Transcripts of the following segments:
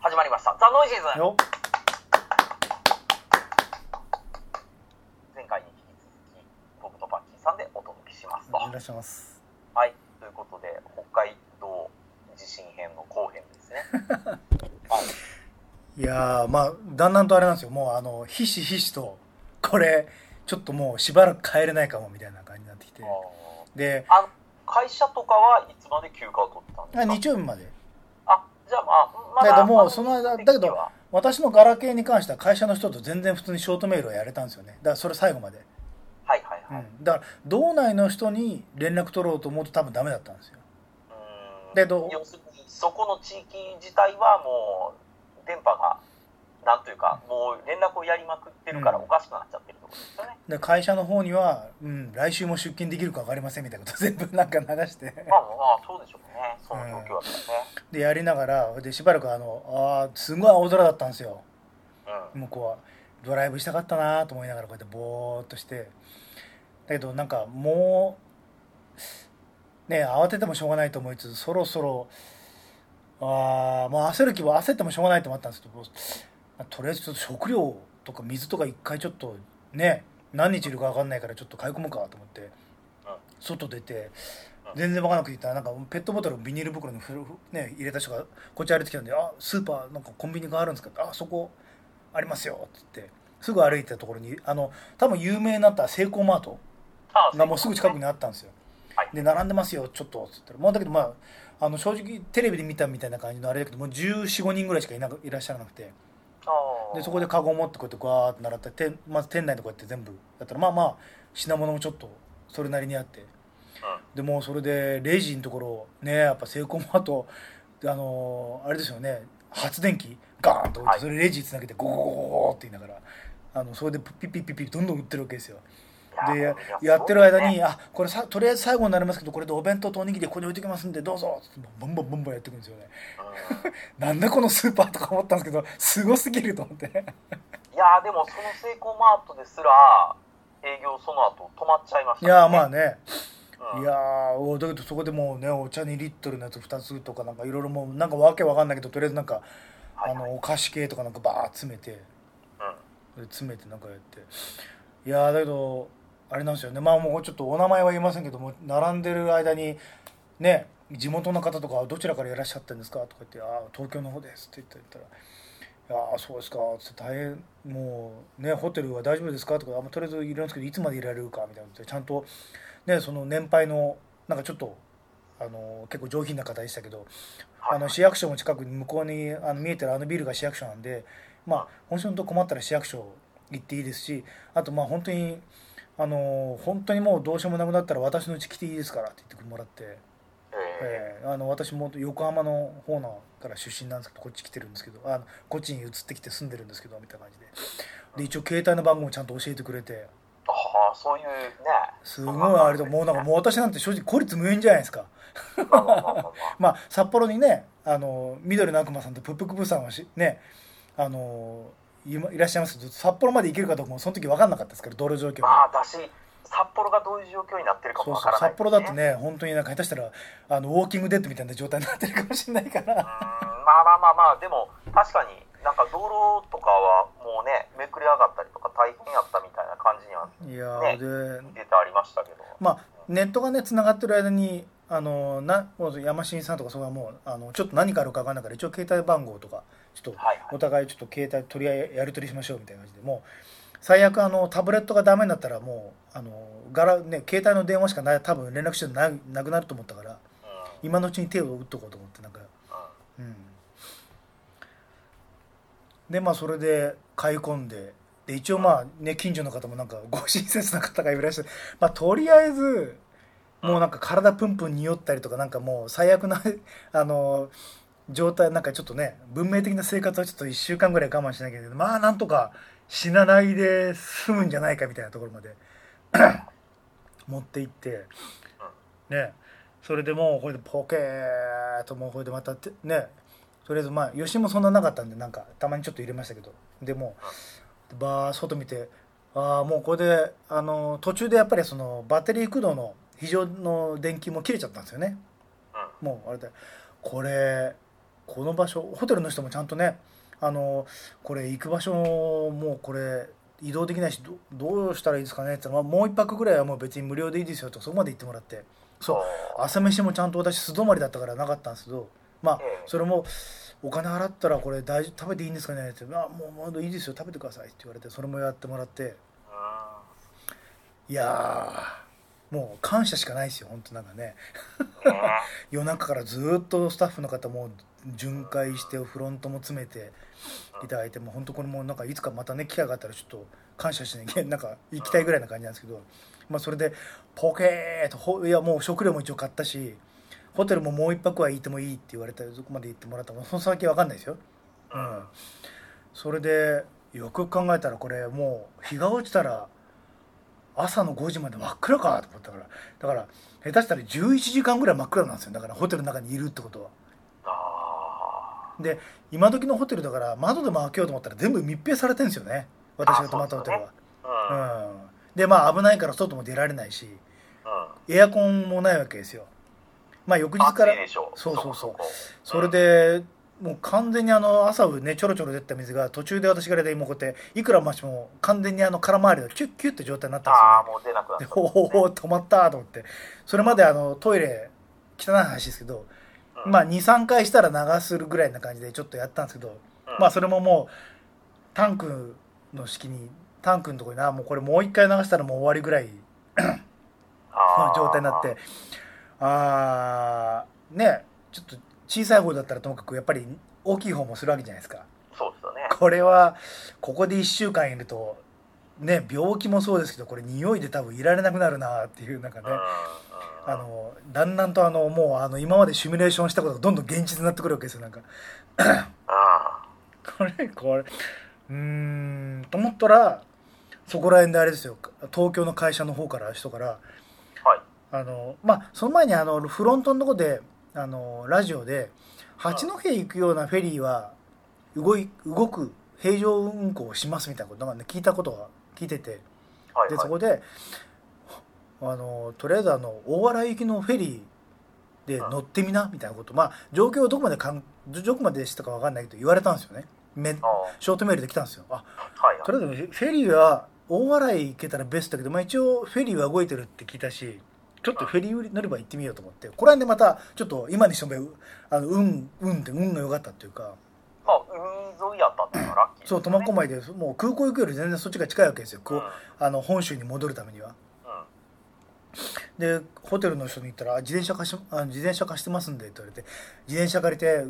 始まりました。ザ・ノイジーズよ前回に引き続き、僕とパッキーさんでお届けしますと。いらっしゃいますはい。ということで、北海道地震編の後編です ね。はい。いやーまあだんだんとあれなんですよもうあのひしひしとこれちょっともうしばらく帰れないかもみたいな感じになってきてであの会社とかはいつまで休暇を取ってたんですあか日曜日まであじゃあまあ、まだだけどもうまだその間時期だけどは私のガラケーに関しては会社の人と全然普通にショートメールをやれたんですよねだからそれ最後まで、はいはいうはい。ん、だから道内の人に連絡取ろうと思うと多分ダメだったんですようんでどう要するに、そこの地域自体はもう、電波が、なんというか、もう連絡をやりまくってるからうんおかしくなっちゃってるところですよね。で会社の方には、うん、来週も出勤できるか分かりませんみたいなこと 全部なんか流してまあまあ、そうでしょうね。その状況だったらね。でやりながらでしばらくあのあーすごい青空だったんですようん。向こうはドライブしたかったなと思いながらこうやってぼーっとしてだけどなんかもうね慌ててもしょうがないと思いつつそろそろあーもう焦る気は焦ってもしょうがないと思ったんですけどまあとりあえずちょっと食料とか水とか一回ちょっとね何日いるか分かんないからちょっと買い込むかと思って外出てうん全然分からなくて言ったらなんかペットボトルをビニール袋にふるふね、入れた人がこっち歩いてきたんで「あスーパーなんかコンビニがあるんですか?」あそこありますよ」っつってすぐ歩いてたところにあの多分有名になったセイコーマートあがもうすぐ近くにあったんですよはい。で並んでますよちょっとっつったらもうだけどまああの正直テレビで見たみたいな感じのあれだけどもう1415人ぐらいしかいなくいらっしゃらなくてあーでそこでカゴを持ってこうやってガーッと並っててまず店内でこうやって全部やったらまあまあ品物もちょっとそれなりにあってうでもうそれでレジのところねやっぱセイコーマートあのーあれですよね発電機ガーンと置いはいてそれレジつなげてゴーゴーゴーゴーって言いながらあのそれでピッピッピッピッどんどん売ってるわけですよんいでやーやってる間に「あこれさとりあえず最後になりますけどこれでお弁当とおにぎりここに置いておきますんでどうぞ」ってボンボンボンボンやってくんですよねうんなんだこのスーパーとか思ったんですけどすごすぎると思ってねいやーでもそのセイコーマートですら営業その後止まっちゃいましいたやもーんね、まあねうんいやーおだけどそこでもうねお茶にリットルのやつ2つとかなんかいろいろもうなんかわけわかんないけどとりあえずなんかはいあはいのお菓子系とかなんかバーッ詰めてうん詰めてなんかやっていやーだけどあれなんですよねまあもうちょっとお名前は言いませんけども並んでる間にね地元の方とかどちらからいらっしゃったんですかとか言って「ああ東京の方です」って言ったら「いやーそうですか」つって大変もうねホテルは大丈夫ですか?」とかあ「まあとりあえずいるんですけどいつまでいられるか」みたいなことでちゃんとねその年配のなんかちょっとあの結構上品な方でしたけどはいあの市役所も近くに向こうにあの見えてるあのビルが市役所なんで、まあ、本当に困ったら市役所行っていいですしあとまあ本当にあの本当にもうどうしようもなくなったら私の家来ていいですからって言ってもらって、ええーあの私も横浜の方のから出身なんですけどこっち来てるんですけどあのこっちに移ってきて住んでるんですけどみたいな感じでで一応携帯の番号もちゃんと教えてくれてーああ そういうねすごいあれだもうなんかもう私なんて正直孤立無縁じゃないですか。まあまあまあまあまあまあ、札幌にねあの緑の悪魔さんとプップクプさんはしねあのいまいらっしゃいますけど札幌まで行けるかどうかもその時分かんなかったですから道路状況まがあだし札幌がどういう状況になってるかそもうわそかうらない、札幌だとうね本当になんか下手したらあのウォーキングデッドみたいな状態になってるかもしれないからーんまあまあまあまあでも確かになんか道路とかはもうねめくれ上がったりとか大変やったみたいな感じにはいやーで出てありましたけど、まあネットがねつながってる間にあのなもう山新さんとかそこはもうあのちょっと何があるか分かんないから一応携帯番号とかちょっとはいはいお互いちょっと携帯取り合いやり取りしましょうみたいな感じでもう最悪あのタブレットがダメになったらもうあのガラ、ね、携帯の電話しかない多分連絡手段ないなくなると思ったからうん今のうちに手を打っとこうと思ってなんかうんうんでまあそれで買い込んでで一応まあね近所の方もなんかご親切な方がいらっしゃってまあとりあえずもうなんか体プンプン匂ったりとかなんかもう最悪な あの状態なんかちょっとね文明的な生活はちょっと1週間ぐらい我慢しなきゃいけないまあなんとか死なないで済むんじゃないかみたいなところまで 持って行ってねそれでもうこれでポケーっともうこれでまたてねとりあえずまあ吉もそんななかったんでなんかたまにちょっと入れましたけどでもうバー外見てああもうこれであの途中でやっぱりそのバッテリー駆動の非常の電球も切れちゃったんですよねうんもうあれだこれこの場所ホテルの人もちゃんとねあのこれ行く場所もうこれ移動できないしどどうしたらいいですかねって言ったら、まあもう1泊ぐらいはもう別に無料でいいですよとそこまで言ってもらってそう朝飯もちゃんと私素泊まりだったからなかったんですけどまあええそれもお金払ったらこれ大丈夫食べていいんですかねってあもうまだいいですよ食べてくださいって言われてそれもやってもらってういやーもう感謝しかないですよ本当なんかねんね夜中からずーっとスタッフの方も巡回してフロントも詰めていただいてもう本当これもなんかいつかまたね機会があったらちょっと感謝しなきゃなん か行きたいぐらいな感じなんですけど、まあ、それでポケーとほいやもう食料も一応買ったしホテルももう一泊は行ってもいいって言われたそこまで行ってもらったもうその先わかんないですよ、ううんん、それでよくよく考えたらこれもう日が落ちたら朝の5時まで真っ暗かと思ったからだから下手したら11時間ぐらい真っ暗なんですよだからホテルの中にいるってことはあで今時のホテルだから窓でも開けようと思ったら全部密閉されてるんですよね私が泊まったホテルはーうんうんでまあ危ないから外も出られないしうエアコンもないわけですよまあ翌ん、日から暑いでしょそうそうそうこそれでもう完全にあの朝ねちょろちょろ出てた水が途中で私が出てもうこうやっていくら増しても完全にあの空回りがキュッキュッって状態になったんですよ、ああもう出なくなっでたほうほうほう止まったと思ってそれまであのトイレ汚い話ですけど、まあ、23回したら流するぐらいな感じでちょっとやったんですけど、うんまあそれももうタンクの式にタンクのところになもうこれもう一回流したらもう終わりぐらいあー状態になってあーねちょっと小さい方だったらともかくやっぱり大きい方もするわけじゃないですかそうですよねこれはここで1週間いるとね病気もそうですけどこれ匂いで多分いられなくなるなっていうなんかねうんうんあのだんだんとあのもうあの今までシミュレーションしたことがどんどん現実になってくるわけですよなんかこれこれうーんと思ったらそこら辺であれですよ東京の会社の方から人からはいあのまあその前にあのフロントのとこであのラジオで八戸行くようなフェリーは動い動く平常運行をしますみたいなことなんか、ね、聞いたことは聞いててはいではそいこであのとりあえずあの大洗行きのフェリーで乗ってみなみたいなことまあ状況をどこまでかんどこまでしたかわかんないけど言われたんですよねめあーショートメールで来たんですよあはいはいとりあえずフェリーは大洗行けたらベストだけど、まあ、一応フェリーは動いてるって聞いたしちょっとフェリー乗れば行ってみようと思ってこれでまたちょっと今にしてもうあの運運って運が良かったっていうかまあ海沿いやったっていうのはラッキーですそようね苫小牧でもう空港行くより全然そっちが近いわけですようんこうあの本州に戻るためにはうんでホテルの人に言ったらあ「自転車貸しあの自転車貸してますんで」って言われて自転車借りて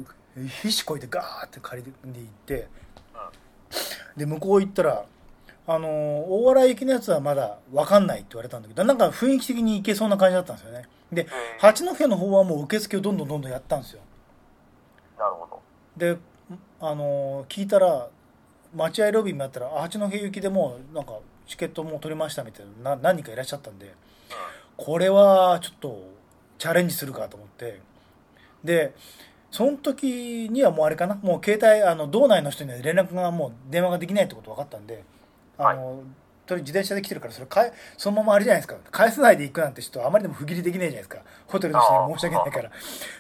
必死こいてガーって借りて行ってで向こう行ったら「あのー大洗行きのやつはまだ分かんない」って言われたんだけどなんか雰囲気的に行けそうな感じだったんですよねでえー八戸の方はもう受付をどんどんどんどんやったんですよなるほどで、あのー聞いたら待合ロビーになったらあ八戸行きでもうなんかチケットもう取れましたみたいなな何人かいらっしゃったんでこれはちょっとチャレンジするかと思ってでその時にはもうあれかなもう携帯あの道内の人には連絡がもう電話ができないってこと分かったんであの、とりあえず自転車で来てるからそれかえそのままあれじゃないですか返さないで行くなんてちょっとあまりにも不義理できないじゃないですかホテルの人に申し訳ないから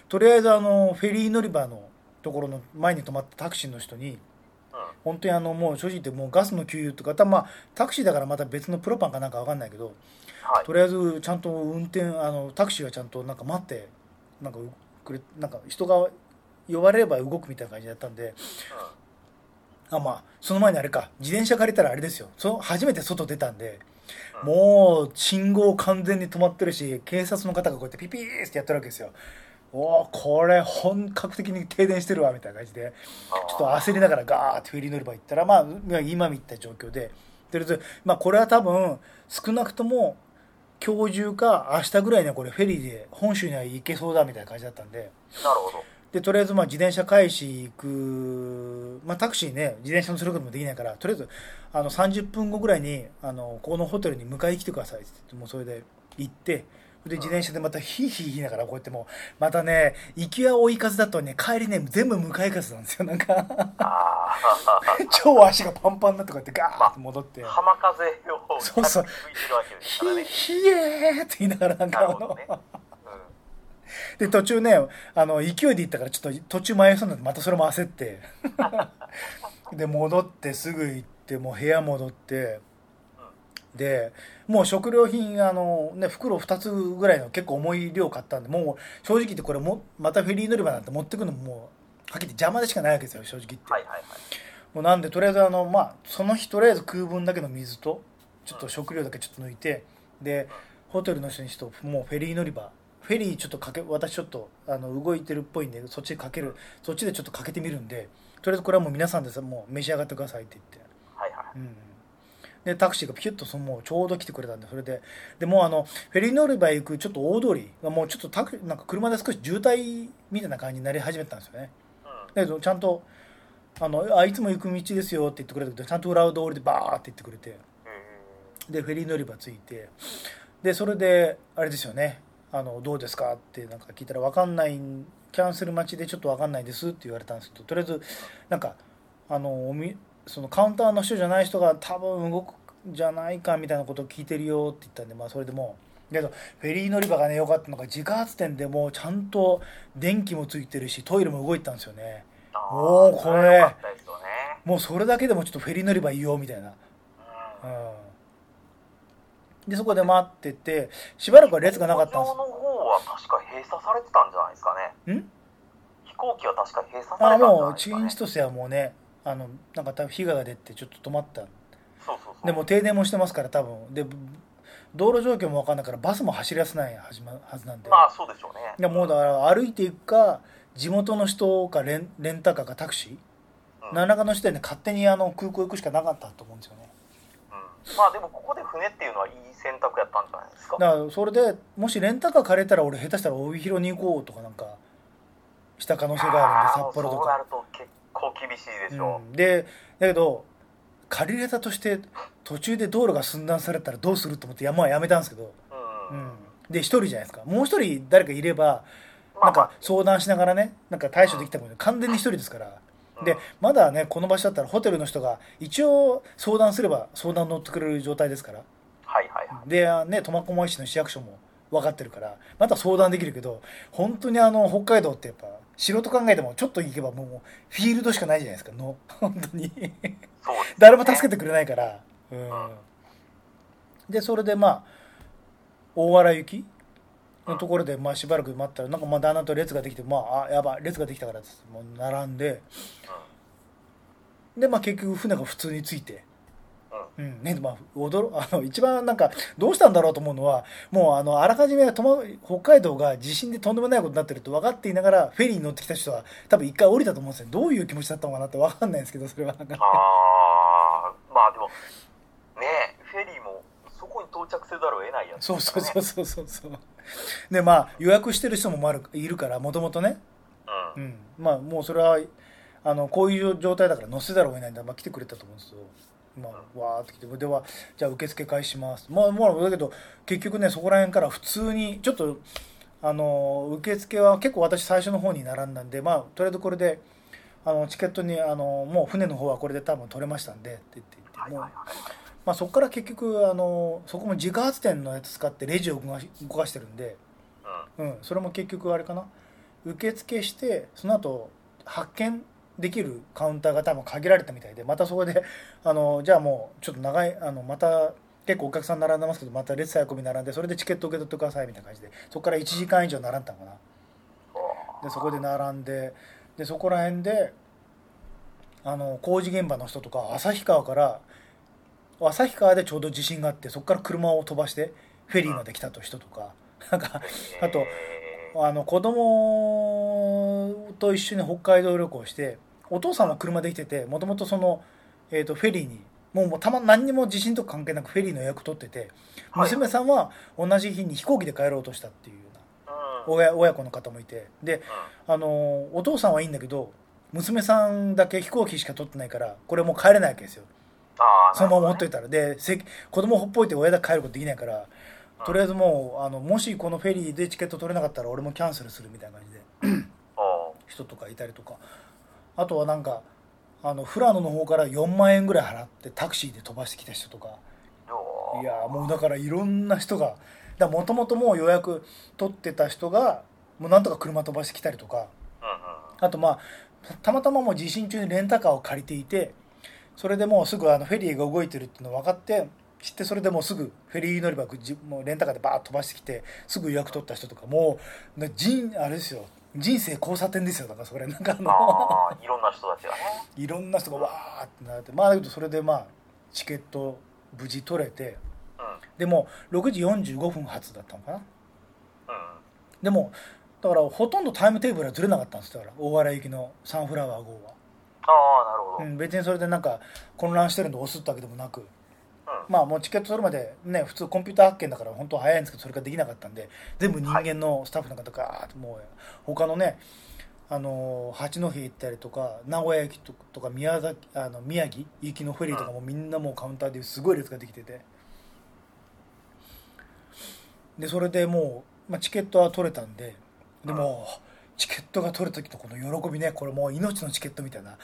とりあえずあのフェリー乗り場のところの前に止まったタクシーの人にうんうん本当にあのもう正直言ってもうガスの給油とかまあタクシーだからまた別のプロパンかなんか分かんないけどはいとりあえずちゃんと運転あのタクシーはちゃんとなんか待ってなんかうくれなんか人が呼ばれれば動くみたいな感じだったんであまあその前にあれか自転車借りたらあれですよその初めて外出たんでうんもう信号完全に止まってるし警察の方がこうやってピピーってやってるわけですよおおこれ本格的に停電してるわみたいな感じでちょっと焦りながらガーってフェリー乗り場行ったら、まあ、まあ今見た状況で、とりあえず、まあ、これは多分、少なくとも、今日中か明日ぐらいにはこれフェリーで本州には行けそうだみたいな感じだったんで、なるほどで、とりあえず、まあ、自転車返し行く、まあ、タクシーね、自転車のすることもできないから、とりあえず、あの、30分後ぐらいに、あの、ここのホテルに迎えに来てくださいって言って、もうそれで行って、で、自転車でまたヒーヒー言いながら、こうやってもう、またね、行きは追い風だとね、帰りね、全部向かい風なんですよ、なんか。あー 超足がパンパンになってこうやってガーッと戻って、浜風をそうそう吹いてるわけですひからねひえーって言いながらなんなかるあほどのね、うん で、途中ね、あの、勢いで行ったから、ちょっと途中迷いそうになって、またそれも 焦って。で、戻ってすぐ行って、もう部屋戻って、で、もう食料品、あの、ね、袋2つぐらいの結構重い量買ったんで、もう正直言ってこれも、またフェリー乗り場なんて持ってくのももう、はっきり言って邪魔でしかないわけですよ、正直言って。はいはいはい。もうなんでとりあえずあのまあその日とりあえず空分だけの水とちょっと食料だけちょっと抜いてでホテルの人にしともうフェリー乗り場フェリーちょっとかけ私ちょっとあの動いてるっぽいんでそっちかけるそっちでちょっとかけてみるんでとりあえずこれはもう皆さんでさもう召し上がってくださいって言ってはいはい。うんうんでタクシーがピュッとそのもうちょうど来てくれたんでそれででもうあのフェリー乗り場へ行くちょっと大通りがもうちょっとタクなんか車で少し渋滞みたいな感じになり始めたんですよねうん。だけどちゃんとあのあ「いつも行く道ですよ」って言ってくれたけどちゃんと裏を通りでバーって言ってくれてえでフェリー乗り場着いてでそれであれですよねあの「どうですか?」ってなんか聞いたら「分かんないキャンセル待ちでちょっと分かんないです」って言われたんですけどとりあえずなんかあのおみそのカウンターの人じゃない人が多分動くんじゃないかみたいなことを聞いてるよって言ったんでまあそれでもう。けどフェリー乗り場がね良かったのが自家発電でもうちゃんと電気もついてるしトイレも動いてたんですよねーあーおーこれ良かったですよね。もうそれだけでもちょっとフェリー乗り場いいよみたいな、うん。うん、でそこで待っててしばらくは列がなかったん飛行場の方は確か閉鎖されてたんじゃないですかね。ですん飛行機は確か閉鎖されあたんじゃもなういですチか、キね。ンチとせはもうねあのなんか多分被害が出てちょっと止まったそうそうそう。でも停電もしてますから多分でぶ道路状況も分かんないからバスも走らせないはじまはずなんで、まあそうでしょうね。でもうだから歩いていくか地元の人かレンレンタカーかタクシうーん何らかの視点で勝手にあの空港行くしかなかったと思うんですよねうんまあでもここで船っていうのはいい選択やったんじゃないですか。だからそれでもしレンタカー借りたら俺下手したら帯広に行こうとかなんかした可能性があるんであー札幌とそうなかると結構厳しいでしょうんでだけど借りれたとして途中で道路が寸断されたらどうすると思って山はやめたんですけど、う。うん。うん、で一人じゃないですかもう一人誰かいればなんか相談しながらねなんか対処できたもんね完全に一人ですからうんでまだねこの場所だったらホテルの人が一応相談すれば相談乗ってくれる状態ですからはいはいはい。であね苫小牧市の市役所も分かってるからまた相談できるけど本当にあの北海道ってやっぱ素人考えてもちょっと行けばもうフィールドしかないじゃないですかの本当に そうです、ね。誰も助けてくれないからうんでそれでまあ大原行きのところでまあしばらく待ったらなんかまあ旦那と列ができてまああやばい列ができたからっつってもう並んででまあ結局船が普通に着いてうんね、まあ、驚 あの一番なんかどうしたんだろうと思うのはもうあのあらかじめとも北海道が地震でとんでもないことになってると分かっていながらフェリーに乗ってきた人は多分一回降りたと思うんですよどういう気持ちだったのかなって分かんないんですけどそれはなんうん。かああ、まあでも、ねえフェリーもそこに到着せざるを得ないやつそうですそかうね、そうそうそうそうでまあ予約してる人もまるいるからもともとね、う。うんん、まあもうそれはあのこういう状態だから乗せざるを得ないんだ、まあ、来てくれたと思うんですよまあ、わーって来てではじゃあ受付開始しますまあもうだけど結局ねそこら辺から普通にちょっとあの受付は結構私最初の方に並んだんでまあとりあえずこれであのチケットにあのもう船の方はこれで多分取れましたんでって言って言っはていもはういはい。まあ、そこから結局あのそこも自家発電のやつ使ってレジを動かし動かしてるんで、うん。うん、それも結局あれかな受付してその後発見できるカウンターが多分限られたみたいでまたそこで あのじゃあもうちょっと長いあのまた結構お客さん並んでますけどまた列最後に並んでそれでチケット受け取ってくださいみたいな感じでそこから1時間以上並んだのかなでそこで並んででそこら辺であの工事現場の人とか旭川から旭川でちょうど地震があってそこから車を飛ばしてフェリーまで来たと人とかなんかあとえーあの子供と一緒に北海道旅行してお父さんは車で来ててもともとその、えー、とフェリーにもうもうたま何にも地震とか関係なくフェリーの予約取っててはい娘さんは同じ日に飛行機で帰ろうとしたっていうようなうん。親親子の方もいてであのお父さんはいいんだけど娘さんだけ飛行機しか取ってないからこれもう帰れないわけですよあーそのまま持っとないたらでせ子供ほっぽいて親だけ帰ることできないからうんとりあえずもうあのもしこのフェリーでチケット取れなかったら俺もキャンセルするみたいな感じでるほどね人とかいたりとかあとはなんかあの富良野の方から4万円ぐらい払ってタクシーで飛ばしてきた人とかおーいやーもうだからいろんな人がもともともう予約取ってた人がもうなんとか車飛ばしてきたりとかうんうんあとまあたまたまもう地震中にレンタカーを借りていてそれでもうすぐあのフェリーが動いてるっていうの分かって知ってそれでもうすぐフェリー乗り場じもうレンタカーでバーッと飛ばしてきてすぐ予約取った人とかもうな人あれですよ人生交差点ですよだからそれなんかあうん。の ああ、いろんな人たちがね。いろんな人がわーってなってまあだけどそれでまあチケット無事取れてうん。うんでも6時45分発だったのかなうん。でもだからほとんどタイムテーブルはずれなかったんですよだから大原行きのサンフラワー号は、ああ、なるほうど。うん。ん、別にそれでなんか混乱してるのを押すってわけでもなくまあもうチケット取るまでね普通コンピューター発見だから本当は早いんですけどそれができなかったんで全部人間のスタッフの方がガーッともう他のねあのー八戸行ったりとか名古屋駅ととか宮崎あの宮城行きのフェリーとかもみんなもうカウンターですごい列ができててでそれでもう、まあ、チケットは取れたんででもチケットが取れた時のこの喜びねこれもう命のチケットみたいなで、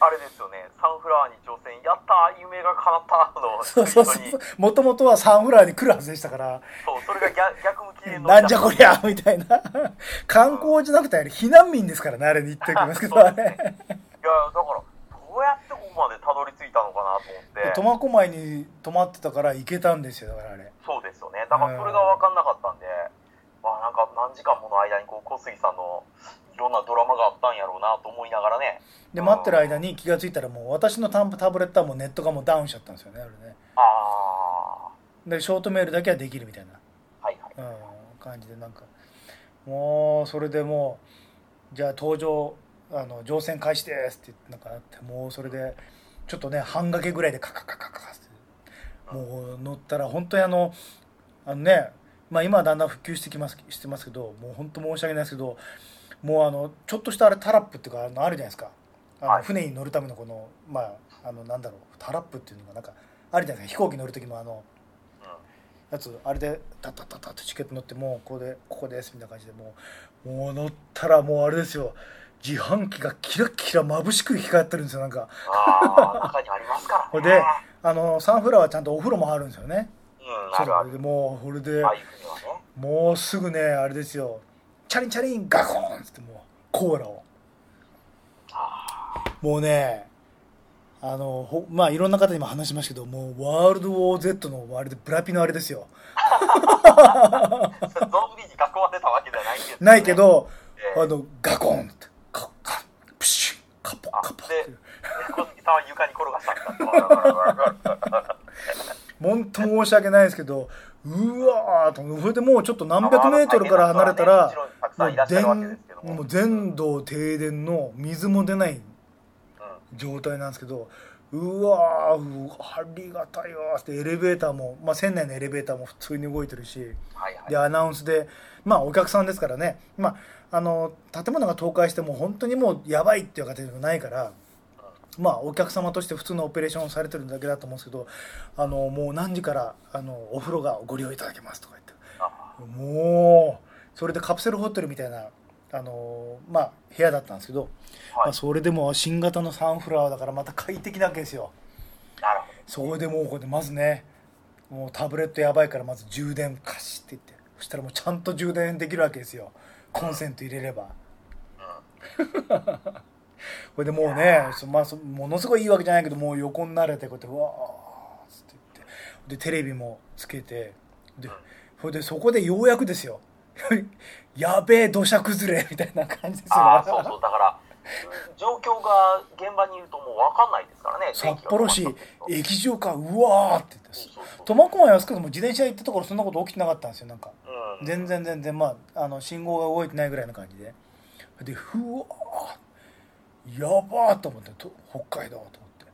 あれですよね、サンフラワーに挑戦、やったー、夢が叶ったーの、そうそうそう本当に もともとはサンフラワーに来るはずでしたからそう、それが逆逆向きでなんじゃこりゃゃみたいな。 観光じゃなくて、あれ、避難民ですからね、あれに言っておきますけど、あれ。いや、だから、どうやってここまでたどり着いたのかなと思って。苫小牧に泊まってたから行けたんですよ、だからあれ。そうですよね。だからそれが分かんなかったんで、まあなんか何時間もの間にこう小杉さんのいろんなドラマがあったんやろうなと思いながらね。で、うん待ってる間に気がついたら、もう私のタンプタブレットはもうネットがもうダウンしちゃったんですよね、あれね。あで、ショートメールだけはできるみたいな、あ、はいはい。うん、感じで、なんか、もう、それでもう、じゃあ、搭乗、あの、乗船開始ですって言って、なんかあって、もうそれで、ちょっとね、半掛けぐらいでカカカカカって。もう乗ったら本当にあのあのね、まあ、今はだんだん復旧してきますしてますけどもう本当申し訳ないですけどもうあのちょっとしたあれタラップっていうかあのあるじゃないですかあのはい船に乗るためのこのまああのなんだろうタラップっていうのがなんかあるじゃないですか飛行機乗る時のあのうんやつあれでタッタッタッタッとチケット乗ってもうここでここですみたいな感じでもうもう乗ったらもうあれですよ自販機がキラッキラ眩しく光ってるんですよなんかああ、 中にありますからほいね。であのサンフラワーちゃんとお風呂もあるんですよねうん、そあうるある。でもうこれで、ああいうふうにはね。 もうすぐねあれですよチャリンチャリンガコーンっつってもうコーラをあもうねあのほまあいろんな方にも話しましたけどもうワールドウォー Z のあれでブラピのあれですよあ、それゾンビに囲まれたわけじゃないんですよねないけ。どえあえのガコーンってカッカップシュッカポカポって小杉さんは床に転がしたんだ。 ほんと申し訳ないですけどうわーとそれでもうちょっと何百メートルから離れたらもちろんたくもさんういらっしゃるわけですけど全もううん全道停電の水も出ない状態なんですけどうわーうありがたいわーってエレベーターも、まあ、船内のエレベーターも普通に動いてるしはいはいでアナウンスでまあお客さんですからね、まあ、あの建物が倒壊しても本当にもうやばいっていう形でもないから。まあ、お客様として普通のオペレーションをされてるだけだと思うんですけどあのもう何時からあのお風呂がご利用いただけますとか言ってあもうそれでカプセルホテルみたいなあのまあ部屋だったんですけど、まはあ、それでも新型のサンフラワーだからまた快適なわけですよい。なるほど。そこでもうこれでまずねもうタブレットやばいからまず充電貸しって言ってそしたらもうちゃんと充電できるわけですよコンセント入れればこれでもうねそまあ、そものすごいいいわけじゃないけどもう横になれてこうやってうわーっつって言ってでテレビもつけてでそれでそこでようやくですよ やべえ土砂崩れみたいな感じですよああ、そうそう、だから、状況が現場にいるともう分かんないですからね、札幌市電気が止まっ液状化うわーって言ってそうそうそう苫小牧は少なくとも自転車で行ったところそんなこと起きてなかったんですよなんかたうん、全然全然まああの信号が動いてないぐらいの感じででふわーやばーと思ってと北海道と思って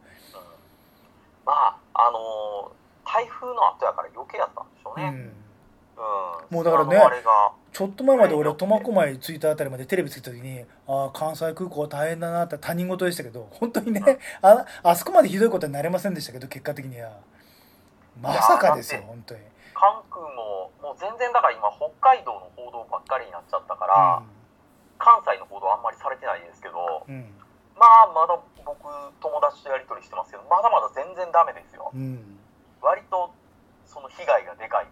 まあ、あのー台風の後やから余計やったんでしょううね。んうんもうだからねあのあれが、ちょっと前まで俺は苫小牧着いたあたりまでテレビつけた時にああ関西空港は大変だなって他人事でしたけど本当にねああそこまでひどいことになれませんでしたけど結果的にはまさかですよいや本当に、関空も、もう全然だから今、北海道の報道ばっかりになっちゃったから、う関西の報道あんまりされてないですけど、んまあ、まだ僕、友達とやり取りしてますけど、まだまだ全然ダメですよ。うん、うん割と、その被害がでかい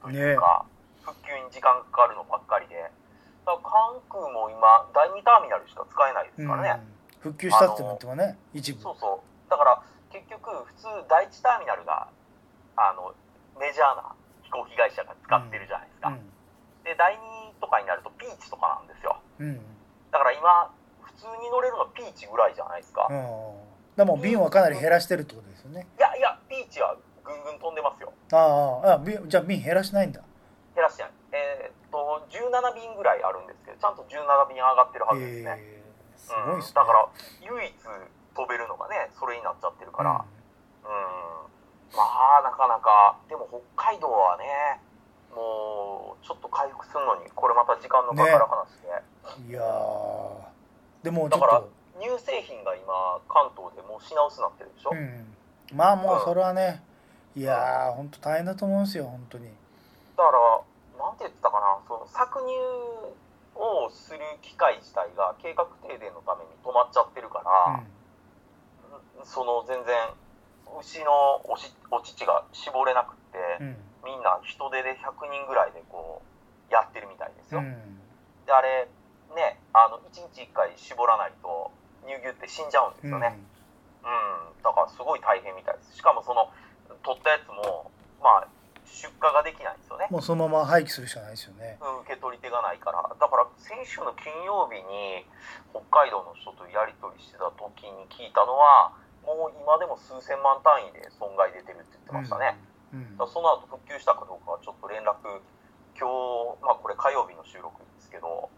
というか、復旧に時間かかるのばっかりで、だから関空も今、第2ターミナルしか使えないですからね、復旧したってなってもね一部そうそう、だから結局、普通、第1ターミナルがあのメジャーな飛行機会社が使ってるじゃないですか、で第2とかになると、ピーチとかなんですよ、うんうんだから今、普通に乗れるのはピーチぐらいじゃないですか、ういんでも便はかなり減らしてるってことですよねやいや、ピーチはぐんぐん飛んでますよ、ああああ便じゃあ便減らしないんだ減らしてない、えーっと、17便ぐらいあるんですけど、ちゃんと17便上がってるはずですね。えーすごいですねだから唯一飛べるのがねそれになっちゃってるからうん、まあなかなかでも北海道はねもうちょっと回復するのにこれまた時間のかかる話で、うんいやーでもちだょっからと乳製品が今関東でもう品薄になってるでしょ、うんまあもううんそれはねいやー本当大変だと思うんですよ本当にだからなんて言ってたかなその搾乳をする機械自体が計画停電のために止まっちゃってるから、その全然牛のおしお乳が絞れなくって、うんうんみんな人手で100人ぐらいでこうやってるみたいですよ、うんであれねあの1日1回絞らないと乳牛って死んじゃうんですうよんねうん、だからすごい大変みたいですしかもその取ったやつもまあ出荷ができないんですよね、もうそのまま廃棄するしかないですよねうん、受け取り手がないからだから先週の金曜日に北海道の人とやり取りしてた時に聞いたのはもう今でも数千万単位で損害出てるって言ってましたね、うんうんだからその後復旧したかどうかはちょっと連絡、今日、まあこれ火曜日の収録ですけど、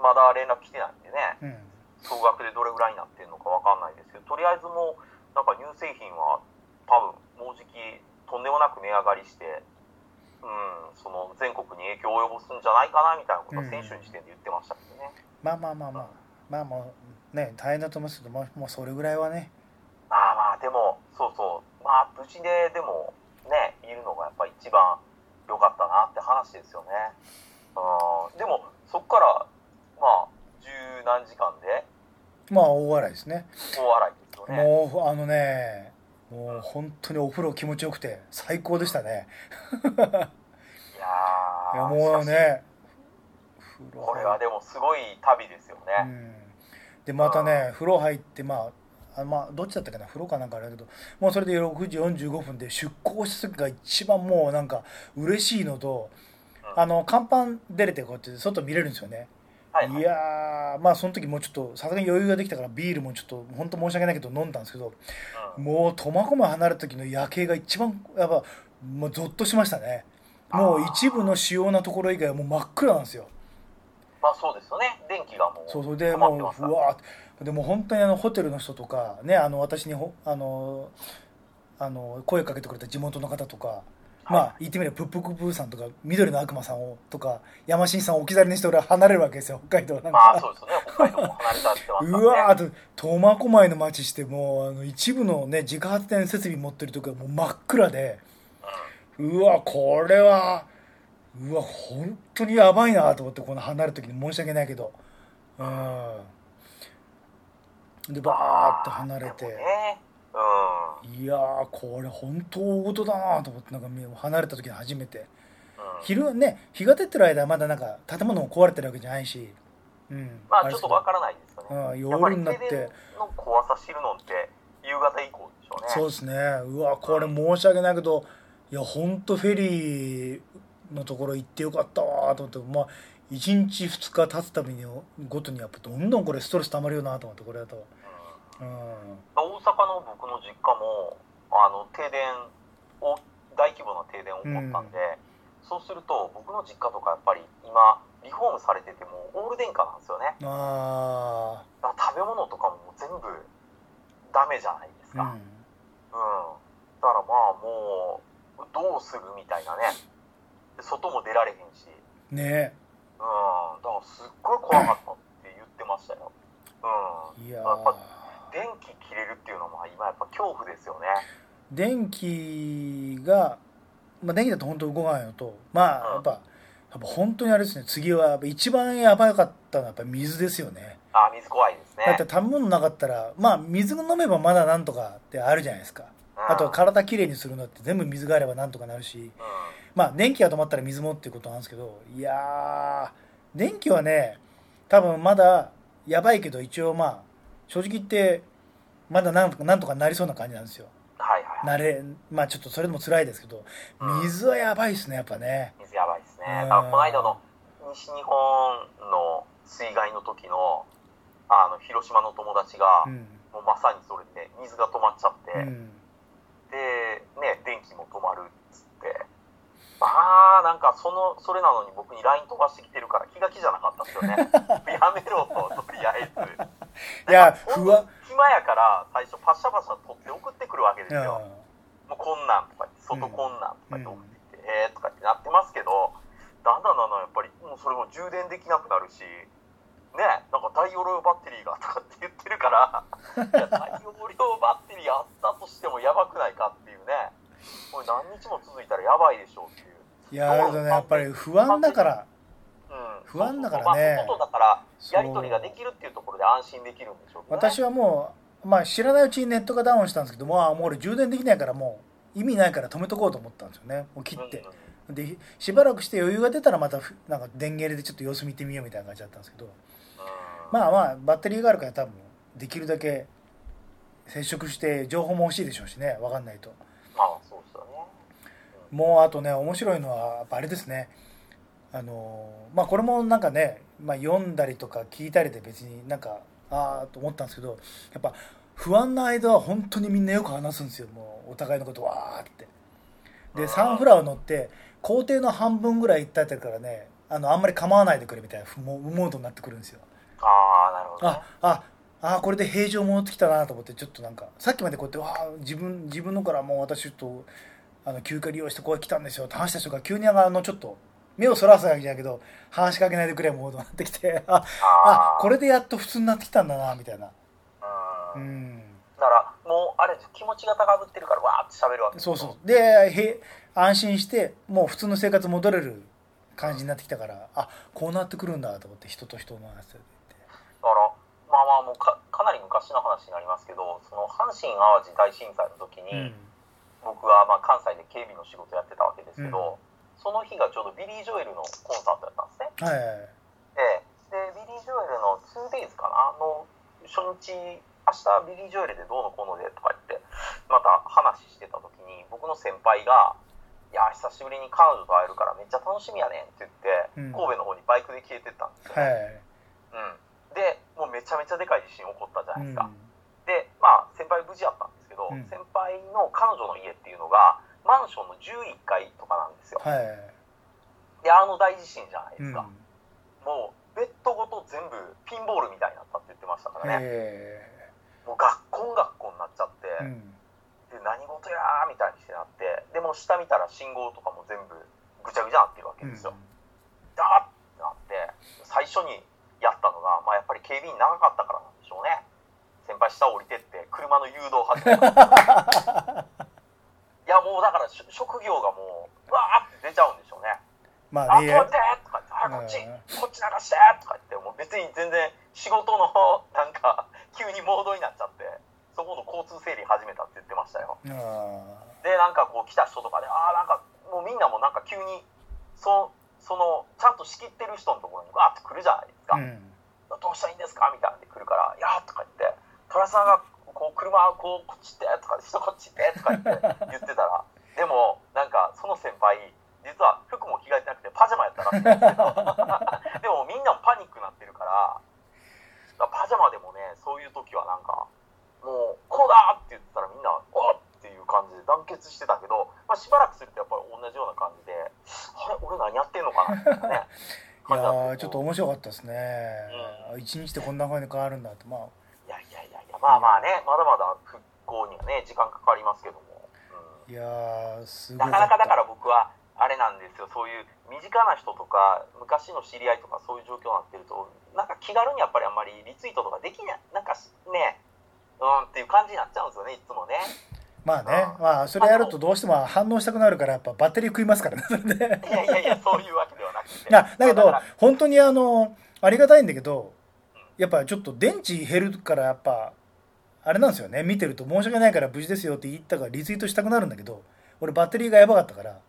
まだ連絡来てないんでね、うん総額でどれぐらいになってるのかわかんないですけど、とりあえずもう、なんか乳製品は多分、もうじきとんでもなく値上がりして、うん、その全国に影響を及ぼすんじゃないかなみたいなことを先週の時点で言ってましたけどね。まあまあまあまあまあまあね大変だと思いますけどもうもうそれぐらいはねまあまあ、でも、そうそう、まあ無事で、でもね、いるのがやっぱ一番良かったなって話ですよね。うん、でも、そこから、まあ、十何時間でまあ大笑いですね大洗いですよね。もうあのねもう本当にお風呂気持ちよくて最高でしたねいやいやーもうしかね風しこれはでもすごい旅ですようね。ん、でまたね風呂入ってまああまあどっちだったかな風呂かなんかあれだけどもうそれで6時45分で出航した時が一番もうなんか嬉しいのとうんあの甲板出れてこうやって外見れるんですよねはい、はいい。やーまあその時もうちょっとさすがに余裕ができたからビールもちょっと本当申し訳ないけど飲んだんですけどうんもう苫小牧離れた時の夜景が一番やっぱもうゾッとしましたねもう一部の主要なところ以外はもう真っ暗なんですよまあそうですよね。電気がもうそうそうで止まってもますうからうわーでも本当にあのホテルの人とかねあの私にほあのあの声かけてくれた地元の方とか、まあ言ってみればプップクプーさんとか緑の悪魔さんをとか山新さんを置き去りにして俺は離れるわけですよ北海道なんか、まあそうですよね。北海道も離れたって言ってましたうね。わーと苫小牧の町してもうあの一部のね自家発電設備持ってるとこはもう真っ暗でうわこれはうわ本当にやばいなと思ってこの離れた時に申し訳ないけどうんでバーッと離れて、でもね。うん。いやーこれ本当大事だなと思ってなんかみ離れた時に初めてうん昼はね日が出てる間はまだなんか建物も壊れてるわけじゃないしうんまれあちでょすっけとどわからないですよね。うんやっぱ夜りになっ停電ての怖さ知るのって夕方以降でしょうね。そうですねうわこれ申し訳ないけどいや本当フェリーのところ行ってよかったわーと思ってまあ1日2日経つたびにごとにやっぱどんどんこれストレス溜まるよなと思ってこれだとうんうん大阪の僕の実家もあの停電を大規模な停電起こったんで、そうすると僕の実家とかやっぱり今リフォームされててもうオール電化なんですよね。あだから食べ物とかももう全部ダメじゃないですあか。ううん。んだからまあもうどうするみたいなね。外も出られへんし。ねうん、だからすっごい怖かったって言ってましたよ。うん、いやーやっぱ電気切れるっていうのは今やっぱ恐怖ですよね。電気が、まあ、電気だと本当動かないのとまあやっぱやっぱ本当にあれですね次はやっぱ一番やばかったのはやっぱ水ですよねあ、水怖いですね。だって食べ物なかったらまあ水飲めばまだなんとかってあるじゃないですかうんあとは、体きれいにするのって全部水があればなんとかなるしうん、まあ電気が止まったら水もっていうことなんですけどいやー電気はね多分まだやばいけど一応まあ正直言ってまだなんとかなんとかなりそうな感じなんですよはいはい。慣れまあちょっとそれでも辛いですけど水はやばいですねやっぱね水やばいですねう。んあこの間の西日本の水害の時の、あの、広島の友達が、うん、もうまさにそれで、水が止まっちゃって、うん、で、ね、電気も止まるっつって、まあ、なんか、その、それなのに僕に LINE 飛ばしてきてるから気が気じゃなかったですよね。 やめろと、とりあえず。いやほん不安暇やから、最初パシャパシャ撮って送ってくるわけですうんよ。もうこんなんとか言って、外こんなんとか言って送ってきて、えーとかってなってますけど、だんだんだんだんやっぱり、もうそれも充電できなくなるし、ね、なんか大容量バッテリーがとかって言ってる から、いや大容量バッテリーあったとしてもやばくないかっていうね、これ何日も続いたらやばいでしょうっていう。いやーだけどねやっぱり不安だからうん、不安だからねそうそうそうまあ、そういうことだから、そやうり取りができるっていうところで安心できるんでしょうね。私はもう、まあ、知らないうちにネットがダウンしたんですけどもあもう俺充電できないからもう意味ないから止めとこうと思ったんですよねもう切ってうんうんでしばらくして余裕が出たらまたふなんか電源入れてちょっと様子見てみようみたいな感じだったんですけどうんまあまあバッテリーがあるから多分できるだけ接触して情報も欲しいでしょうしね分かんないとまあ、そうですよね。もうあとね面白いのはやっぱあれですねあのーまあこれもなんかね、まあ、読んだりとか聞いたりで別になんかああと思ったんですけどやっぱ不安な間は本当にみんなよく話すんですよもうお互いのことわーってでサンフラワー乗って校庭の半分ぐらい行ったってからねあのあんまり構わないでくれみたいなふもうモードになってくるんですよああ、なるほど、ね。あああこれで平常戻ってきたなと思ってちょっとなんかさっきまでこうやってわあ自分自分のからもう私ちょっとあの休暇利用してここへ来たんですよって話した人が急にあのちょっと目をそらすわけじゃないけど話しかけないでくれモードになってきて ああこれ、れでやっと普通になってきたんだなみたいなううんんだからもうあれです気持ちが高ぶってるからわーって喋るわけですそうそうでへ安心してもう普通の生活戻れる感じになってきたからあこうなってくるんだと思って人と人を回しててだからまあまあもうかかなり昔の話になりますけどその阪神・淡路大震災の時に、僕はまあ関西で警備の仕事やってたわけですけど、その日がちょうどビリー・ジョエルのコンサートだったんですねはいはいはいででビリー・ジョエルの 2days かなの初日明日ビリー・ジョエルでどうのこうのでとか言ってまた話してた時に僕の先輩が「いや久しぶりに彼女と会えるからめっちゃ楽しみやねん」って言って、うん神戸の方にバイクで消えてったんですよ、はいうん、でもうめちゃめちゃでかい地震起こったじゃうないですんか、でまあ先輩無事やったんですけど、うん先輩の彼女の家っていうのがマンションの11階とかなんですよ、はいであの大地震じゃないでうすんか、もうベッドごと全部ピンボールみたいになったって言ってましたからね、へもう学校学校になっちゃって、えうんで何事やーみたいにしてなってでもう下見たら信号とかも全部ぐちゃぐちゃなってるわけですよ、だーってなって最初にやったのが、まあ、やっぱり警備員長かったからなんでしょうね先輩下降りてって車の誘導を始 めたいやもうだからし職業がもうわーって出ちゃうんでしょうねまああ、ね止まいやってとか言って、あ、こっちうんうん、こっち流してとか言って、もう別に全然仕事の、なんか、急にモードになっちゃって、そこの交通整理始めたって言ってましたよ。あで、なんかこう来た人とかで、あーなんか、もうみんなもなんか急に、そその、ちゃんと仕切ってる人のところにわーって来るじゃないですーか。うんどうしたらいいんですかみたいなんで来るから、いやーとか言って、トラさんがこう車をこうこっち行ってとか、人こっち行ってとか言って言っ てたら、でも、なんかその先輩、実は服も着替えてなくてパジャマやったらしいんですけど、で もみんなもパニックになってるから、パジャマでもね、そういう時はなんか、もう、こうだって言ってたらみんな、おっっていう感じで団結してたけど、まあ、しばらくするとやっぱり同じような感じで、あれ、俺何やってんのかなみたいなね。い感やーじちだけどょったと面白かったですねう一日でこんな風に変わるんだってまあいやいやいやいや、まあまあね、まだまだ復興にはね、時間かかりますけども、ういやーすん、ごないかなかだから僕は、あれなんですよ、そういう身近な人とか、昔の知り合いとか、そういう状況になってると、なんか気軽にやっぱりあんまりリツイートとかできない、なんかしね、うんっていう感じになっちゃうんですよね、いつもね。まあねまあそれやるとどうしても反応したくなるからやっぱバッテリー 食いますからねそれでいやいやいや、そういうわけではなくて。いやだけどまあ本当にあのありがたいんだけどやっぱちょっと電池減るからやっぱあれなんですよね見てると申し訳ないから無事ですよって言ったからリツイートしたくなるんだけど俺バッテリーがやばかったからだか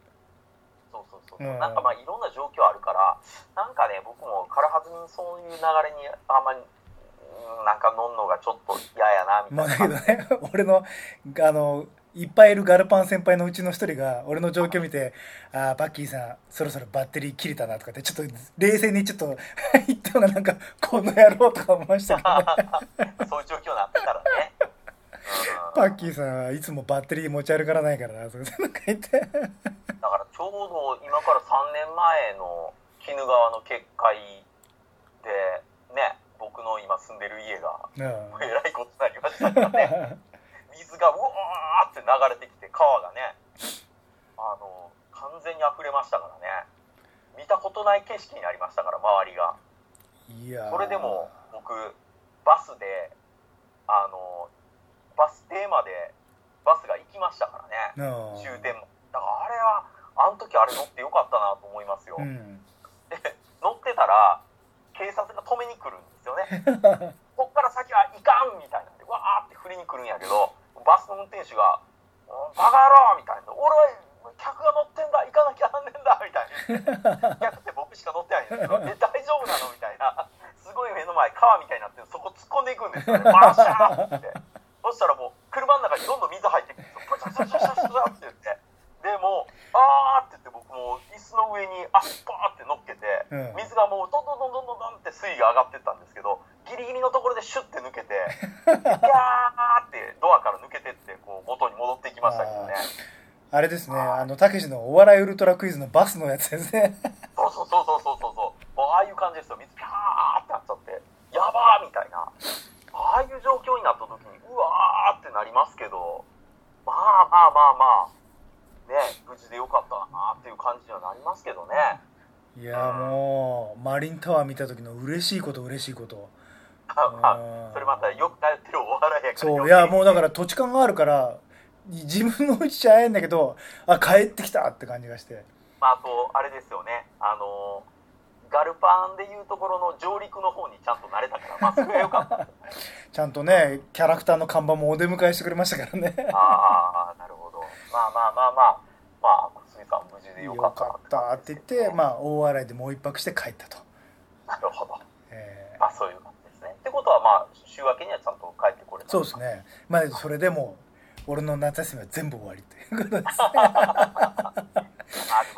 らそですよ、なんかまあいろんな状況あるからなんかね僕も軽はずみにそういう流れにあんまりうんなんか飲んのがちょっと嫌やなみまあただけいどな、ね 俺のあのいっぱいいるガルパン先輩のうちの一人が俺の状況見て「あーバッキーさんそろそろバッテリー切れたな」とかってちょっと冷静にちょっと 言ったようななんか「この野郎」とか思いましたけ ど、ね、そういう状況になってたらね、バッうんキーさんはいつもバッテリー持ち歩かないからなとかなんか 言ってだからちょうど今から3年前の鬼怒川の決壊でね僕の今住んでる家がうんえらいことになりましたから ね水がうわーって流れてきて川がねあの完全に溢れましたからね見たことない景色になりましたから周りがいやーそれでも僕バスであのバス停までバスが行きましたからねうん終点もだからあれはあの時あれ乗ってよかったなと思いますよ、うん乗ってたら警察が止めに来るんですよねこっから先はいかんみたいなんでわーって振りに来るんやけどバスの運転手が「おバカ野郎!」みたいな「俺は客が乗ってんだ行かなきゃなんねんだ」みたいな客って僕しか乗ってないんだけど「え大丈夫なの?」みたいなすごい目の前川みたいになってるそこ突っ込んでいくんですよねバシャーってそしたらもう車の中にどんどん水入ってくるんですよブチャブチャブチャブチャって言ってでもう「あー」って言って僕もう椅子の上に足パーって乗っけてうん水がもうどんどんどんどんどんどんって水位が上がってったんですけどギリギリのところでシュッて抜けて「ギャー」ってドアから抜けてってこう元に戻っていきましたけどねあれですねあのたけしのお笑いウルトラクイズのバスのやつですねそうそうそうそうそうそうそうもうああいう感じですよ水ピャーってなっちゃってやばーみたいなああいう状況になった時にうわーってなりますけどまあまあまあまあね無事でよかったなっていう感じにはなりますけどねいやーもうマリンタワー見た時の嬉しいこと嬉しいこと それまたよく耐えてるお笑いやからそうい余計やにもうだから土地勘があるから自分のうちじゃ会えんだけどあ帰ってきたって感じがしてまあ、あと、あれですよね、あのーガルパンでいうところの上陸の方にちゃんと慣れたから、まあ、それが良かった。ちゃんとねキャラクターの看板もお出迎えしてくれましたからね ああ、なるほど。まあまあまあまあ、まあ、小杉さん、無事で良よかかったったって言って、あ、まあ、大洗でもう一泊して帰ったと、なるほど。えーまあ、そういう感じですね。ってことは、まあ、週明けにはちゃんと帰ってこれたそうです。ねまあそれでもう俺の夏休みは全部終わりということでああ、でも、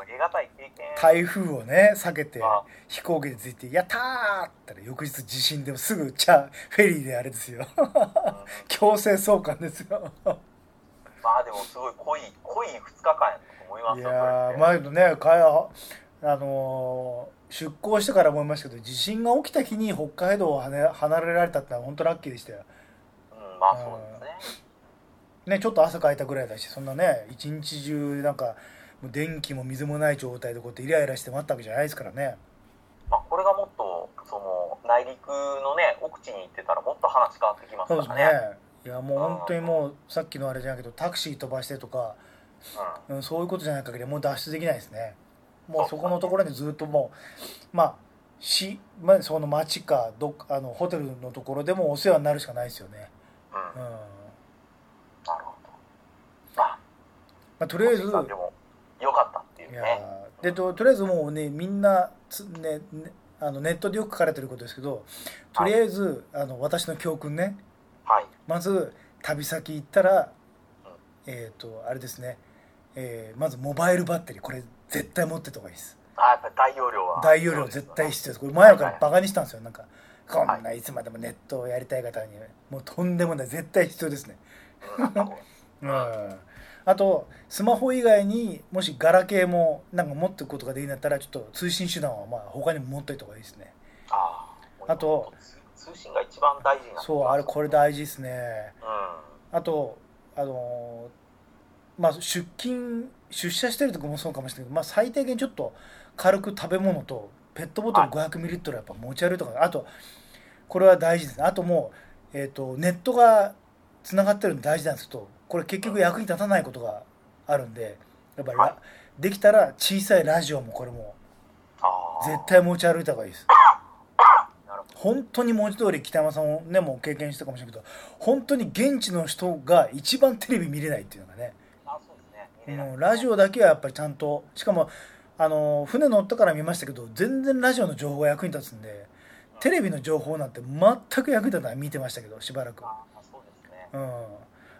ありがたい経験。台風をね避けてあ飛行機で着いて「やったー!」って言ったら翌日地震でもすぐチャフェリーであれですよ うん強制送還ですよまあ、でも、すごい濃い、濃い2日間やったと思いまいすよ、これやっーて。前のねかやあのー出航してから思いましたけど地震が起きた日に北海道をはね離れられたってのは本当ラッキーでしたようん、まあ、そうですね。ねちょっと汗かいたぐらいだしそんなね一日中なんかもう電気も水もない状態でこうやってイライラして待ったわけじゃないですからねまあ、これがもっとその内陸のね奥地に行ってたらもっと話変わってきますそうかでらすねねいやもう本当にもうさっきのあれじゃないけどタクシー飛ばしてとか、ううん、そういうことじゃない限りはもう脱出できないですねもうそこのところにずっともうまあし、まあ、その町かどっかあのホテルのところでもお世話になるしかないですよね、ん、うんうんまなるほどまああ、とりあえず星さんでもよかったっていういねやーでととりあえずもうねみんなつ、ねねあのネットでよく書かれてることですけどとりあえず、あの私の教訓ねはいまず旅先行ったらうんえっ、とあれですね、えーまずモバイルバッテリーこれ絶対持ってった方がいいですあやっぱり大容量は大容量絶対必必要ですこれ前からバカにしたんですよなんかこんないつまでもネットをやりたい方にもうとんでもない絶対必要ですね要、うんうんあとスマホ以外にもしガラケーもなんか持っていくことができなかったらちょっと通信手段はまあ他にも持っといた方がいいですねあーあと通信が一番大事になってきますそうあれこれ大事ですねうんはあとあのーまあ出勤出社してる時もそうかもしれないけど、まあ、最低限ちょっと軽く食べ物とペットボトル500ミリリットルやっぱ持ち歩いとかあとこれは大事ですねあともう、えー、とネットがつながってるの大事なんですけどこれ結局役に立たないことがあるんでやっぱりはいラできたら小さいラジオもこれもあー絶対持ち歩いた方がいいですなるほど本当に文字通り北山さんもねもう経験したかもしれないけど本当に現地の人が一番テレビ見れないっていうのがねあそうですね見れないもうラジオだけはやっぱりちゃんとしかもあの船乗ったから見ましたけど全然ラジオの情報が役に立つんでテレビの情報なんて全く役に立たない見てましたけどしばらく、ああそうですねうん、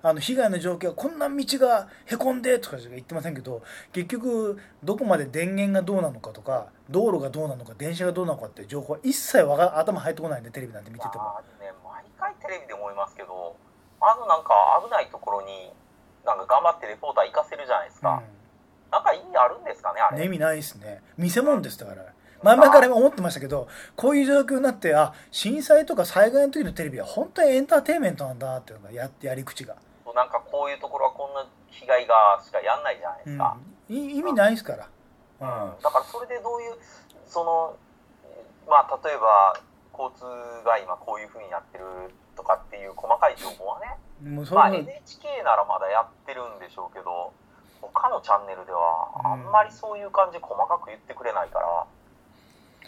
あの被害の状況はこんな道がへこんでとかしか言ってませんけど結局どこまで電源がどうなのかとか道路がどうなのか電車がどうなのかっていう情報は一切わが頭入ってこないんでテレビなんて見ててもまあね、毎回テレビで思いますけど、あのなんか危ないところに、なんか頑張ってレポーター行かせるじゃないですか。なんか意味あるんですかね、あうん、れ。ね意味ないですね見せ物ですだから前々から思ってましたけどこういう状況になってあ震災とか災害の時のテレビは本当にエンターテインメントなんだなっていうのがややり口が、なんかこういうところはこんな被害がしかやんないじゃないでうすんか。、い意味ないですからうんだからそれでどういう、その、まあ例えば、交通が今こういうふうになってるとかっていう細かい情報はね、うん、もうそまあれ NHK ならまだやってるんでしょうけど、他のチャンネルではあんまりそういう感じ細かく言ってくれないから、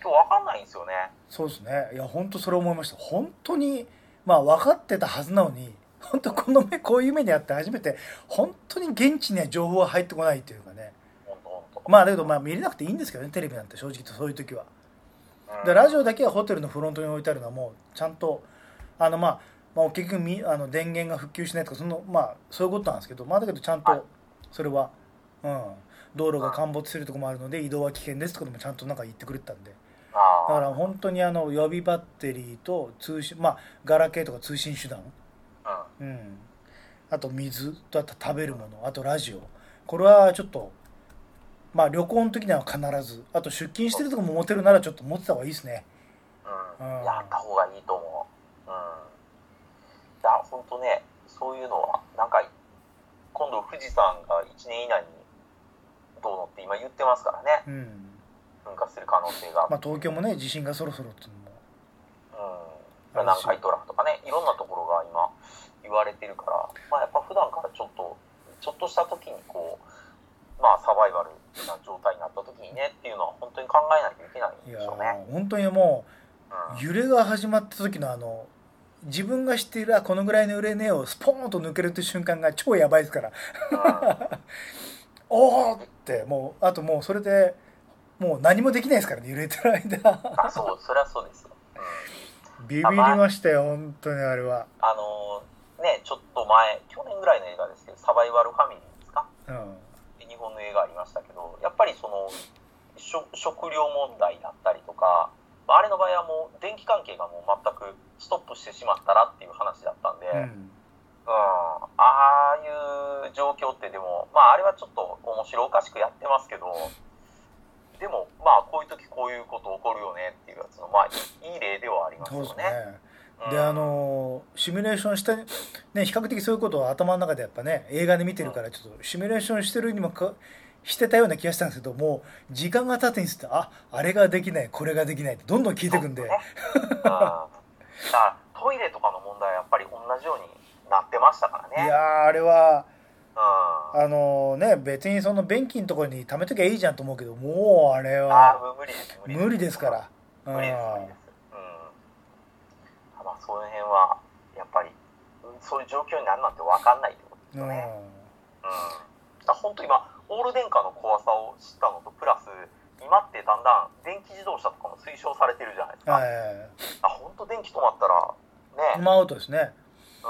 今日わかんないんですよね。そうですねいや本当それ思いました本当にまあ分かってたはずなのに本当この目こういう目にあって初めて本当に現地には情報が入ってこないというかねほんとほんと。まあだけどまあ見れなくていいんですけどねテレビなんて正直言ってそういう時はうんでラジオだけはホテルのフロントに置いてあるのはもうちゃんとあのまあまあ、結局みあの電源が復旧しないとかその、まあ、そういうことなんですけど、まあ、だけどちゃんはいとそれは、うん、道路が陥没するとこもあるので移動は危険ですとかでもちゃんとなんか言ってくれてたんであだから本当にあの予備バッテリーと通信まあガラケーとか通信手段、あうん、あと水とあと食べるものあとラジオこれはちょっとまあ旅行の時には必ずあと出勤してるとこも持てるならちょっと持ってた方がいいですねうん、ううんん。やった方がいいと思う。うん。いや、ほんとね、そういうのは、なんか、今度富士山が1年以内にどうのって今言ってますからね。うん噴火する可能性が。まあ東京もね地震がそろそろっていうのもうん、南海トラフとかね、いろんなところが今、言われてるから、まあ、やっぱ普段からちょっと、ちょっとした時にこう、まあ、サバイバルな状態になった時にねっていうのは、本当に考えないといけないんいでしやょうね。ー本当にもうんう揺れが始まった時のあの自分が知っているあこのぐらいの揺れねをスポーンと抜けるって瞬間が超やばいですからうんおーってもうあともうそれでもう何もできないですからね揺れてる 間あそう、それはそうですよ。うんビビりましたよ本当にあれはあのーね、ちょっと前、去年ぐらいの映画ですけど、サバイバルファミリーですかうん日本の映画ありましたけど、やっぱりその、しょ食料問題だったりとか、まあ、あれの場合はもう電気関係がもう全くストップしてしまったらっていう話だったんで、ううん、んああいう状況ってでも、まああれはちょっと面白おかしくやってますけど、でもまあこういう時こういうこと起こるよねっていうやつの、まあいい例ではありますそうでよすね。ねうんであのーシミュレーションしてね比較的そういうことを頭の中でやっぱね映画で見てるからちょっとシミュレーションしてるにもかしてたような気がしたんですけどもう時間が経ってにつってああれができないこれができないってどんどん聞いてくんでそうですねうんだからトイレとかの問題はやっぱり同じようになってましたからいね。やーあれはうん、あのーね別にその便器のところに溜めときゃいいじゃんと思うけどもうあれあはー無理です無理ですから。うん無理です無理ですうんまあその辺はやっぱりうんそういう状況になるなんて分かんないってことですうよんね、うんだから本当今オール電化の怖さを知ったのとプラス今ってだんだん電気自動車とかも推奨されてるじゃないですか、はあ本当電気止まったらい、ね、まあアウトですねうん、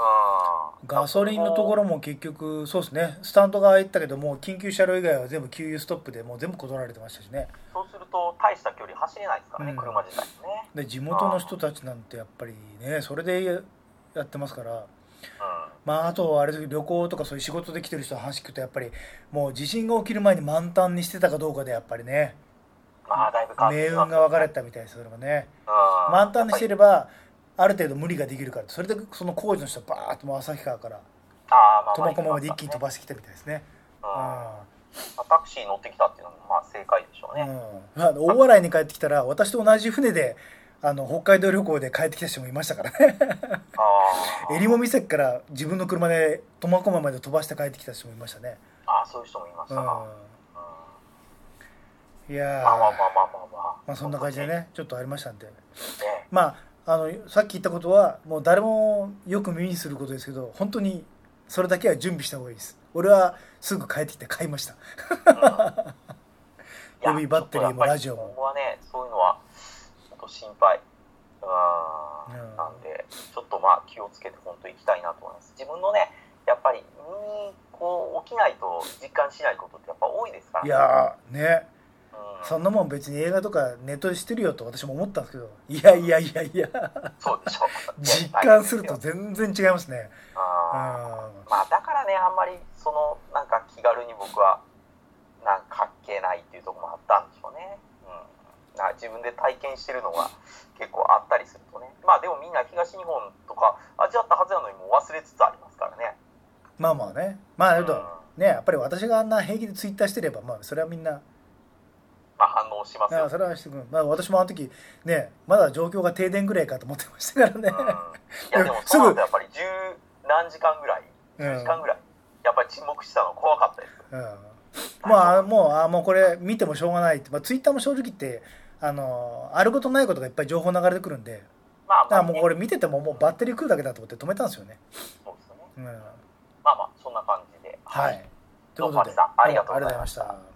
ガソリンのところも結局そうですねスタンドが入ったけどもう緊急車両以外は全部給油ストップでもう全部断られてましたしねそうすると大した距離走れないですからね、うん車自体もね、で地元の人たちなんてやっぱりねそれでやってますからうんまああとあれですけど旅行とかそういう仕事で来てる人の話聞くとやっぱりもう地震が起きる前に満タンにしてたかどうかでやっぱりねまあだいぶ変わって命きます運が分かれたみたいですそれもねうん満タンにしてればある程度無理ができるからそれでその工事の人はバーッともう旭川からあーまあ苫小牧まで一気に飛ばばしてきたみたいですねうんうんまあタクシーに乗ってきたっていうのもまあ正解でしょうね。うん、あの大笑いに帰ってきたら私と同じ船であの北海道旅行で帰ってきた人もいましたからねあー襟裳岬から自分の車で苫小牧まで飛ばして帰ってきた人もいましたね、あーそういう人もいましうたな。うんん、まいやーあまあまあまあまあまあ。まあそんな感じで。ねちょっとありましたんでね、まああのさっき言ったことはもう誰もよく耳にすることですけど本当にそれだけは準備した方がいいです俺はすぐ帰ってきて買いましたうんい予 備バッテリーもラジオもや今後はね、そういうのは、ちょっと心配。う。うんんなんで、ちょっとまあ気をつけて本当行きたいなと思います。自分のね、やっぱり身にこう起きないと実感しないことってやっぱ多いですからいね。やーねうん、そんなもん別に映画とかネットでしてるよと私も思ったんですけどいやいやいやいやそうでしょ。 実感するとうん全然違いますねあまあだからね、あんまりそのなんか気軽に僕はなんか書けないっていうところもあったんでしょうね。うん、な自分で体験してるのが結構あったりするとね。まあでもみんな東日本とか味わったはずなのにもう忘れつつありますからね。まあまあねまあだけうんどねやっぱり私があんな平気でツイッターしてればまあそれはみんなまあ反応しますあよあ。それはしてくる、まあ、私もあの時ねまだ状況が停電ぐらいかと思ってましたからねうん、い やでもそうなんだやっぱり十何時間ぐらい、うん10時間ぐらい、やっぱり沈黙したの怖かったです。うん、まあもうあもうこれ見てもしょうがないって、まあ、ツイッターも正直言ってあのあることないことがいっぱい情報流れてくるんでまあだまからあ、もうこれ見ててももうバッテリー食うだけだと思って止めたんですよね、そうですね。うん、まあまあそんな感じで。はいというどうこもとありでさんありがとうございましたありがとうございました